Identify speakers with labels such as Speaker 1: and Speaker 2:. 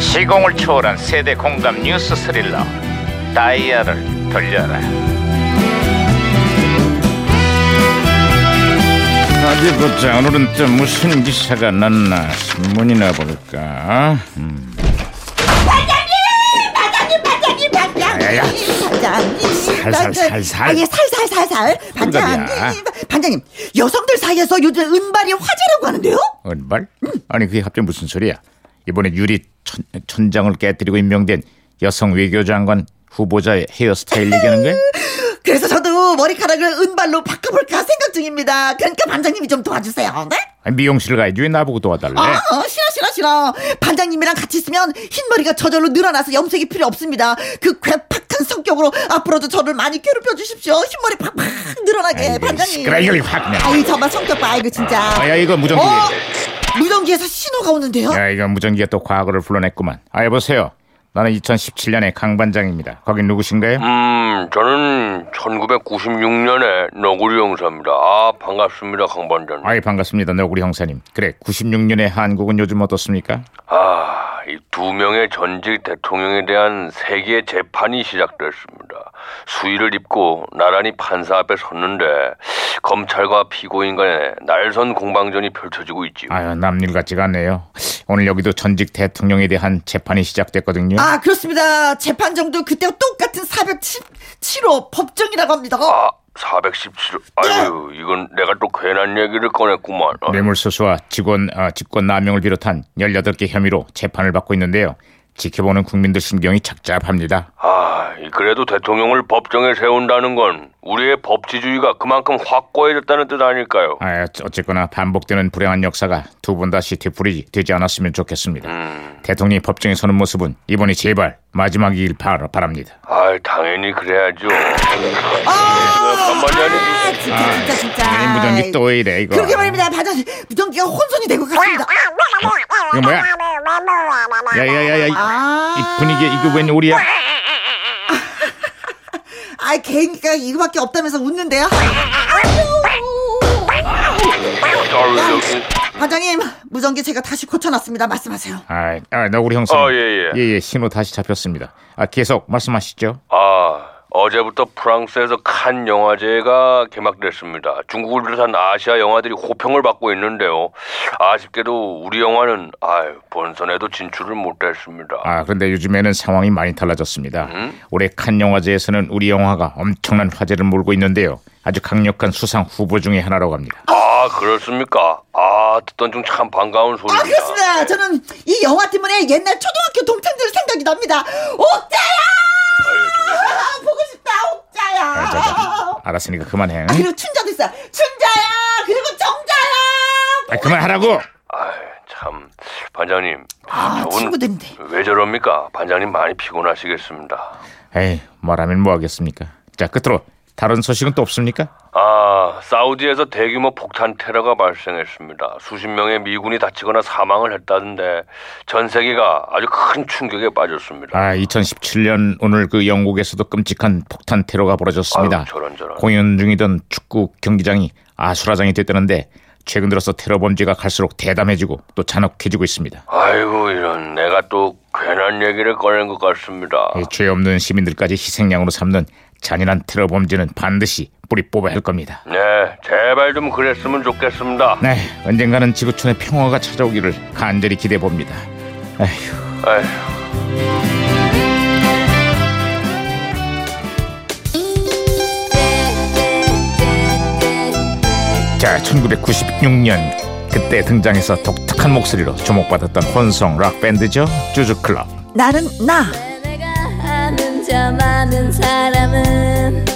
Speaker 1: 시공을 초월한 세대 공감 뉴스 스릴러 다이아를 돌려라 어디 보자 오늘은 또 무슨 기사가 났나 신문이나 볼까 음.
Speaker 2: 반장님 반장님
Speaker 1: 야, 야.
Speaker 2: 반장님 반장님
Speaker 1: 살살, 살살.
Speaker 2: 아예 살살살살
Speaker 1: 정답이야.
Speaker 2: 반장님 반장님 여성들 사이에서 요즘 은발이 화제라고 하는데요
Speaker 1: 은발? 어, 아니 그게 갑자기 무슨 소리야 이번에 유리 천, 천장을 깨뜨리고 임명된 여성 외교장관 후보자의 헤어스타일 얘기하는 거야?
Speaker 2: 그래서 저도 머리카락을 은발로 바꿔볼까 생각 중입니다 그러니까 반장님이 좀 도와주세요 네?
Speaker 1: 아니, 미용실 가야지 왜 나보고 도와달래
Speaker 2: 아 어, 싫어 싫어 싫어 반장님이랑 같이 있으면 흰머리가 저절로 늘어나서 염색이 필요 없습니다 그 괴팍한 성격으로 앞으로도 저를 많이 괴롭혀 주십시오 흰머리 팍팍 늘어나게
Speaker 1: 아이고,
Speaker 2: 반장님
Speaker 1: 시끄러워, 이걸 확 그냥.
Speaker 2: 아이 정말 성격 봐 이거 진짜
Speaker 1: 아, 야, 이거 무전기. 예.
Speaker 2: 어? 무전기에서 신호가 오는데요
Speaker 1: 야, 이거 무전기가 또 과거를 불러냈구만. 아, 여보세요. 나는 2017년의 강 반장입니다. 거긴 누구신가요?
Speaker 3: 음, 저는 1996년에 너구리 형사입니다. 아, 반갑습니다, 강반장.
Speaker 1: 아이, 반갑습니다. 너구리 형사님. 그래, 96년의 한국은 요즘 어떻습니까?
Speaker 3: 아, 이 두 명의 전직 대통령에 대한 세계 재판이 시작됐습니다. 수의를 입고 나란히 판사 앞에 섰는데 검찰과 피고인 간의 날선 공방전이 펼쳐지고 있지요.
Speaker 1: 아유, 남일 같지가 않네요. 오늘 여기도 전직 대통령에 대한 재판이 시작됐거든요.
Speaker 2: 아 그렇습니다 재판정도 그때와 똑같은 417호 법정이라고 합니다 어,
Speaker 3: 아, 417. 아유, 이건 내가 또 괜한 얘기를 꺼냈구만. 아,
Speaker 1: 네. 뇌물수수와 직원, 아, 직권 남용을 비롯한 18개 혐의로 재판을 받고 있는데요. 지켜보는 국민들 신경이 착잡합니다.
Speaker 3: 아, 이 그래도 대통령을 법정에 세운다는 건 우리의 법치주의가 그만큼 확고해졌다는 뜻 아닐까요?
Speaker 1: 아, 어쨌거나 반복되는 불행한 역사가 두 번 다시 되풀이되지 않았으면 좋겠습니다. 대통령이 법정에 서는 모습은 이번이 제발 마지막이길 바, 바랍니다.
Speaker 3: 아, 당연히 그래야죠.
Speaker 2: 아,
Speaker 3: 반말이 아니지.
Speaker 2: 아, 진짜 진짜 진짜
Speaker 1: 예. 아니 무전기 또 왜 이래 이거
Speaker 2: 그러게 말입니다 반장님 무전기가 혼선이 되고 갔습니다
Speaker 1: 이거 뭐야 야야야야 이,
Speaker 2: 아.
Speaker 1: 이 분위기에 이게 웬 오리야
Speaker 2: 아 개인기가 이거밖에 없다면서 웃는데요
Speaker 3: 아유,
Speaker 2: 반장님 무전기 제가 다시 고쳐놨습니다 말씀하세요
Speaker 1: 아, 아, 나 우리 형사
Speaker 3: 아, 예, 예.
Speaker 1: 신호 다시 잡혔습니다 아 계속 말씀하시죠
Speaker 3: 아, 어제부터 프랑스에서 칸 영화제가 개막됐습니다. 중국을 비롯한 아시아 영화들이 호평을 받고 있는데요. 아쉽게도 우리 영화는 아유, 본선에도 진출을 못했습니다.
Speaker 1: 아 그런데 요즘에는 상황이 많이 달라졌습니다 올해 칸 영화제에서는 우리 영화가 엄청난 화제를 몰고 있는데요 아주 강력한 수상 후보 중에 하나라고 합니다
Speaker 3: 아, 그렇습니까? 아, 듣던 중 참 반가운
Speaker 2: 아
Speaker 3: 소리입니다.
Speaker 2: 그렇습니다 저는 이 영화 때문에 옛날 초등학교 동창들 생각이 납니다 옥자야 보고 싶다 옥자야
Speaker 1: 자, 자, 자, 알았으니까 그만해
Speaker 2: 아 그리고 춘자도 있어요 춘자야 그리고 정자야
Speaker 1: 아, 그만하라고
Speaker 3: 아유, 참 반장님.
Speaker 2: 아
Speaker 3: 저분
Speaker 2: 친구들인데
Speaker 3: 왜 저럽니까? 반장님 많이 피곤하시겠습니다.
Speaker 1: 에이 뭐라면 뭐하겠습니까 자 끝으로 다른 소식은 또 없습니까?
Speaker 3: 아, 사우디에서 대규모 폭탄 테러가 발생했습니다. 수십 명의 미군이 다치거나 사망을 했다는데 전 세계가 아주 큰 충격에 빠졌습니다.
Speaker 1: 아, 2017년 오늘 그 영국에서도 끔찍한 폭탄 테러가 벌어졌습니다.
Speaker 3: 아유, 저런, 저런.
Speaker 1: 공연 중이던 축구 경기장이 아수라장이 됐다는데 최근 들어서 테러 범죄가 갈수록 대담해지고 또 잔혹해지고 있습니다.
Speaker 3: 아이고 이런 내가 또 괜한 얘기를 꺼낸 것 같습니다.
Speaker 1: 이 죄 없는 시민들까지 희생양으로 삼는 잔인한 테러 범죄는 반드시 뿌리 뽑아야 할 겁니다.
Speaker 3: 네, 제발 좀 그랬으면 좋겠습니다.
Speaker 1: 네, 언젠가는 지구촌의 평화가 찾아오기를 간절히 기대해 봅니다. 에휴.
Speaker 3: 에휴.
Speaker 1: 자, 1996년 그때 등장해서 독특한 목소리로 주목받았던 혼성 락 밴드죠. 쭈주클럽.
Speaker 2: 나는 나
Speaker 4: 내가 아는 저 많은 사람은